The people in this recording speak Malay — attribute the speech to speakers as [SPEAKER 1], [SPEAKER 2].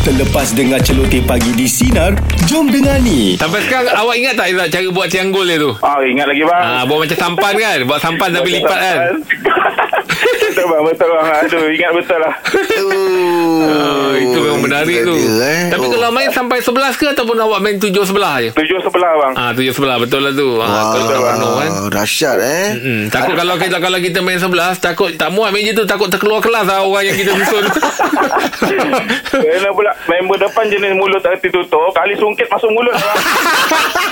[SPEAKER 1] Terlepas dengar celoteh pagi di Sinar, jom dengar ni.
[SPEAKER 2] Sampai sekarang awak ingat tak Izzat cara buat tiang gol dia tu?
[SPEAKER 3] Ah, ingat lagi bang.
[SPEAKER 2] Ah, buat macam sampan kan? Buat sampan tapi
[SPEAKER 3] Betul,
[SPEAKER 2] lipat kan?
[SPEAKER 3] betul bang, betul bang. Aduh, ingat betul lah.
[SPEAKER 2] Oh, itu memang menarik tu.
[SPEAKER 4] Eh.
[SPEAKER 2] Tapi
[SPEAKER 4] Oh.
[SPEAKER 2] kalau main sampai 11 ke ataupun awak main 7 sebelah je?
[SPEAKER 3] Tujuh sebelah bang.
[SPEAKER 2] Ah, 7 sebelah betul lah tu. Ah, kalau tak
[SPEAKER 4] Wah,
[SPEAKER 2] penuh kan.
[SPEAKER 4] dahsyat eh.
[SPEAKER 2] Hmm, takut kalau kita kalau kita main sebelas takut tak muat meja tu takut terkeluar kelas lah orang yang kita susun. Ah.
[SPEAKER 3] Kena pula member depan jenis mulut tak tertutup, kali sungkit masuk mulut bang.